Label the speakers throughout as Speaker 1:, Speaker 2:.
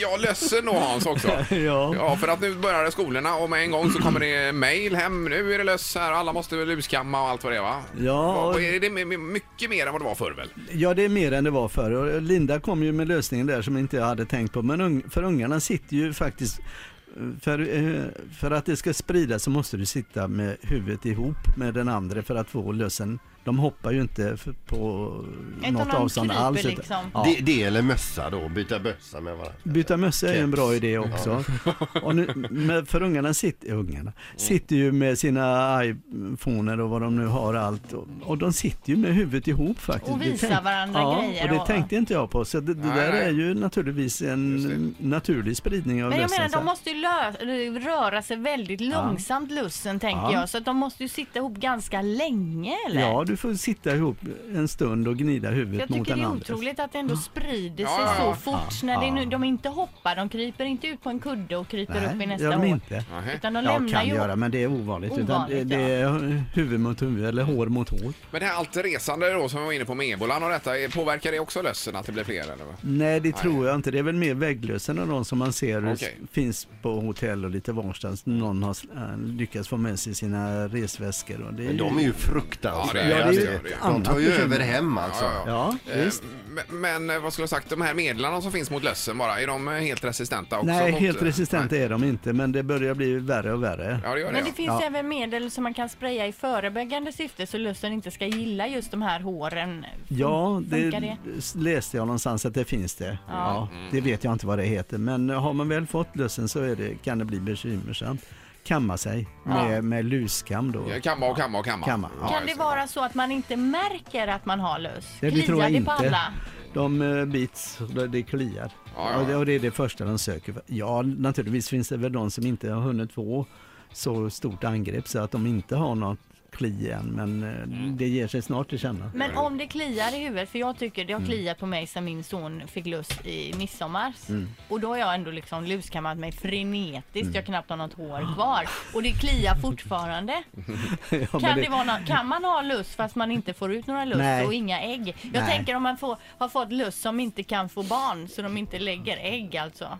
Speaker 1: jag ledsen då Hans också.
Speaker 2: Ja.
Speaker 1: Ja, för att nu börjar det skolorna och med en gång så kommer det mejl hem. Nu är det löss här, alla måste väl luskamma och allt vad det är va?
Speaker 2: Ja,
Speaker 1: Vad-
Speaker 2: och-
Speaker 1: vad Är det my- my- mycket mer än vad det var förr väl?
Speaker 2: Ja, det är mer än det var förr. Och Linda kom ju med lösningen där som inte jag hade tänkt på. Men ung- för ungarna sitter ju faktiskt för, eh, för att det ska spridas så måste du sitta med huvudet ihop med den andra för att få lösen. De hoppar ju inte f- på
Speaker 3: Utan
Speaker 2: något
Speaker 3: de
Speaker 2: avstånd
Speaker 3: kryper
Speaker 2: alls.
Speaker 3: liksom.
Speaker 2: Ja.
Speaker 4: Det, det eller mössa då, byta bössa med varandra.
Speaker 2: Byta mössa är ju en bra idé också. Och nu, med, för ungarna, sitter, eh, ungarna
Speaker 1: Mm.
Speaker 2: sitter ju med sina iPhoner och vad de nu har allt. Och, och de sitter ju med huvudet ihop faktiskt.
Speaker 3: Och
Speaker 2: Det
Speaker 3: visar
Speaker 2: tänk-
Speaker 3: varandra
Speaker 2: ja,
Speaker 3: grejer
Speaker 2: och det
Speaker 3: och-
Speaker 2: tänkte inte jag på. Så det, det
Speaker 1: Nej,
Speaker 2: där
Speaker 1: nej.
Speaker 2: är ju naturligtvis en naturlig spridning av
Speaker 3: Men jag
Speaker 2: lösen,
Speaker 3: menar,
Speaker 2: så
Speaker 3: de
Speaker 2: här.
Speaker 3: måste ju lö- röra sig väldigt långsamt, lussen, tänker
Speaker 2: Ja.
Speaker 3: jag. Så att de måste ju sitta ihop ganska länge, eller?
Speaker 2: Ja, du får sitta ihop en stund och gnida
Speaker 3: jag
Speaker 2: huvudet mot
Speaker 3: tycker
Speaker 2: den
Speaker 3: det är
Speaker 2: andra.
Speaker 3: otroligt att det ändå sprider
Speaker 1: Ja,
Speaker 3: sig
Speaker 1: ja, ja.
Speaker 3: så fort. När det nu, de inte hoppar, de kryper inte ut på en kudde och kryper upp i
Speaker 2: Nej,
Speaker 3: nästa
Speaker 2: gör de
Speaker 3: år.
Speaker 2: inte.
Speaker 1: Nej.
Speaker 3: Utan de
Speaker 2: Jag
Speaker 3: lämnar
Speaker 2: kan
Speaker 3: ju...
Speaker 2: göra, men det är ovanligt. utan det,
Speaker 3: Ovanligt,
Speaker 2: det är huvud mot huvud eller hår mot hår.
Speaker 1: Men det här allt resande då som vi var inne på med ebolan och detta, är- påverkar det också lössen att det blir fler eller? vad?
Speaker 2: Nej, det tror jag inte. Det är väl mer vägglösen av de som man ser hur
Speaker 1: Okej.
Speaker 2: s- finns på hotell och lite varstans. Någon har s- äh, lyckats få med sig sina resväskor. Och det är
Speaker 4: Men de är ju fruktansvärda.
Speaker 1: Ja, det är-
Speaker 2: det är
Speaker 4: det.
Speaker 2: ett
Speaker 4: de
Speaker 2: annat
Speaker 4: tar ju
Speaker 2: bekymmer.
Speaker 4: över hem alltså.
Speaker 1: Ja, ja.
Speaker 2: Ja,
Speaker 1: Eh,
Speaker 2: visst.
Speaker 1: men- Men eh, vad skulle jag sagt, de här medlarna som finns mot lössen bara, är de eh, helt resistenta också?
Speaker 2: Nej,
Speaker 1: mot,
Speaker 2: helt
Speaker 1: eh,
Speaker 2: resistenta
Speaker 1: nej.
Speaker 2: är de inte, men det börjar bli värre och värre.
Speaker 1: Ja, det gör det.
Speaker 3: Men det
Speaker 1: ja.
Speaker 3: finns även medel som man kan spraya i förebyggande syfte så lusten inte ska gilla just de här håren. Fun-
Speaker 2: Ja, det,
Speaker 3: Funkar det?
Speaker 2: s- läste jag någonstans att det finns det. Ja.
Speaker 1: Mm.
Speaker 2: det vet jag inte vad det heter, men har man väl fått lössen så är det, kan det bli bekymmersamt. Kamma sig med, med luskam då.
Speaker 1: Kamma och kamma och kamma.
Speaker 2: Kamma.
Speaker 1: Ja,
Speaker 3: Kan det
Speaker 1: just
Speaker 3: vara så att man inte märker att man har löss?
Speaker 2: Nej, det
Speaker 3: Kliar
Speaker 2: tror jag
Speaker 3: på
Speaker 2: inte.
Speaker 3: alla?
Speaker 2: De eh, bits, och det- det kliar.
Speaker 1: Ja, ja.
Speaker 2: Och, det, och det är det första de söker. för. Ja, naturligtvis finns det väl de som inte har hunnit få så stort angrepp så att de inte har något kli än, men eh,
Speaker 1: Mm.
Speaker 2: det ger sig snart till känna.
Speaker 3: Men om det kliar i huvudet, för jag tycker det har
Speaker 2: Mm.
Speaker 3: kliat på mig sen min son fick lust i midsommar.
Speaker 2: Mm.
Speaker 3: Och då har jag ändå liksom luskammat mig frenetiskt, jag knappt har något hår kvar. Och det kliar fortfarande.
Speaker 2: Ja, men
Speaker 3: Kan,
Speaker 2: det-
Speaker 3: det vara nå- kan man ha lust fast man inte får ut några lust
Speaker 2: Nej.
Speaker 3: och inga ägg? Jag
Speaker 2: Nej.
Speaker 3: tänker om man får, har fått lust som inte kan få barn så de inte lägger ägg alltså.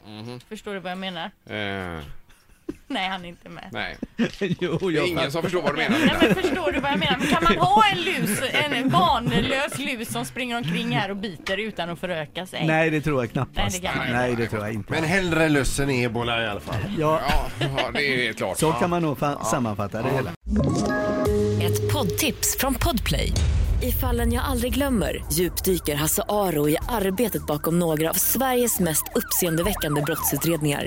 Speaker 3: Förstår du vad jag menar?
Speaker 1: Eh,
Speaker 3: Nej, han är inte med.
Speaker 1: nej,
Speaker 2: jo,
Speaker 1: det är
Speaker 2: jag
Speaker 1: ingen som förstår vad du menar.
Speaker 3: Nej men förstår du vad jag menar? Men kan man ha en lus, en barnlös lus som springer omkring här och biter utan att föröka sig?
Speaker 2: Nej, det tror jag
Speaker 3: Nej,
Speaker 2: knappast.
Speaker 3: det kan man
Speaker 2: Nej,
Speaker 1: inte.
Speaker 2: det tror jag inte.
Speaker 4: Men hellre lössen än ebola i alla fall.
Speaker 2: Ja,
Speaker 1: Ja, ja, det är helt klart.
Speaker 2: så kan man nog fa- sammanfatta det hela.
Speaker 5: Ett poddtips från Podplay. I fallen jag aldrig glömmer djupdyker Hasse Aro i arbetet bakom några av Sveriges mest uppseendeväckande brottsutredningar.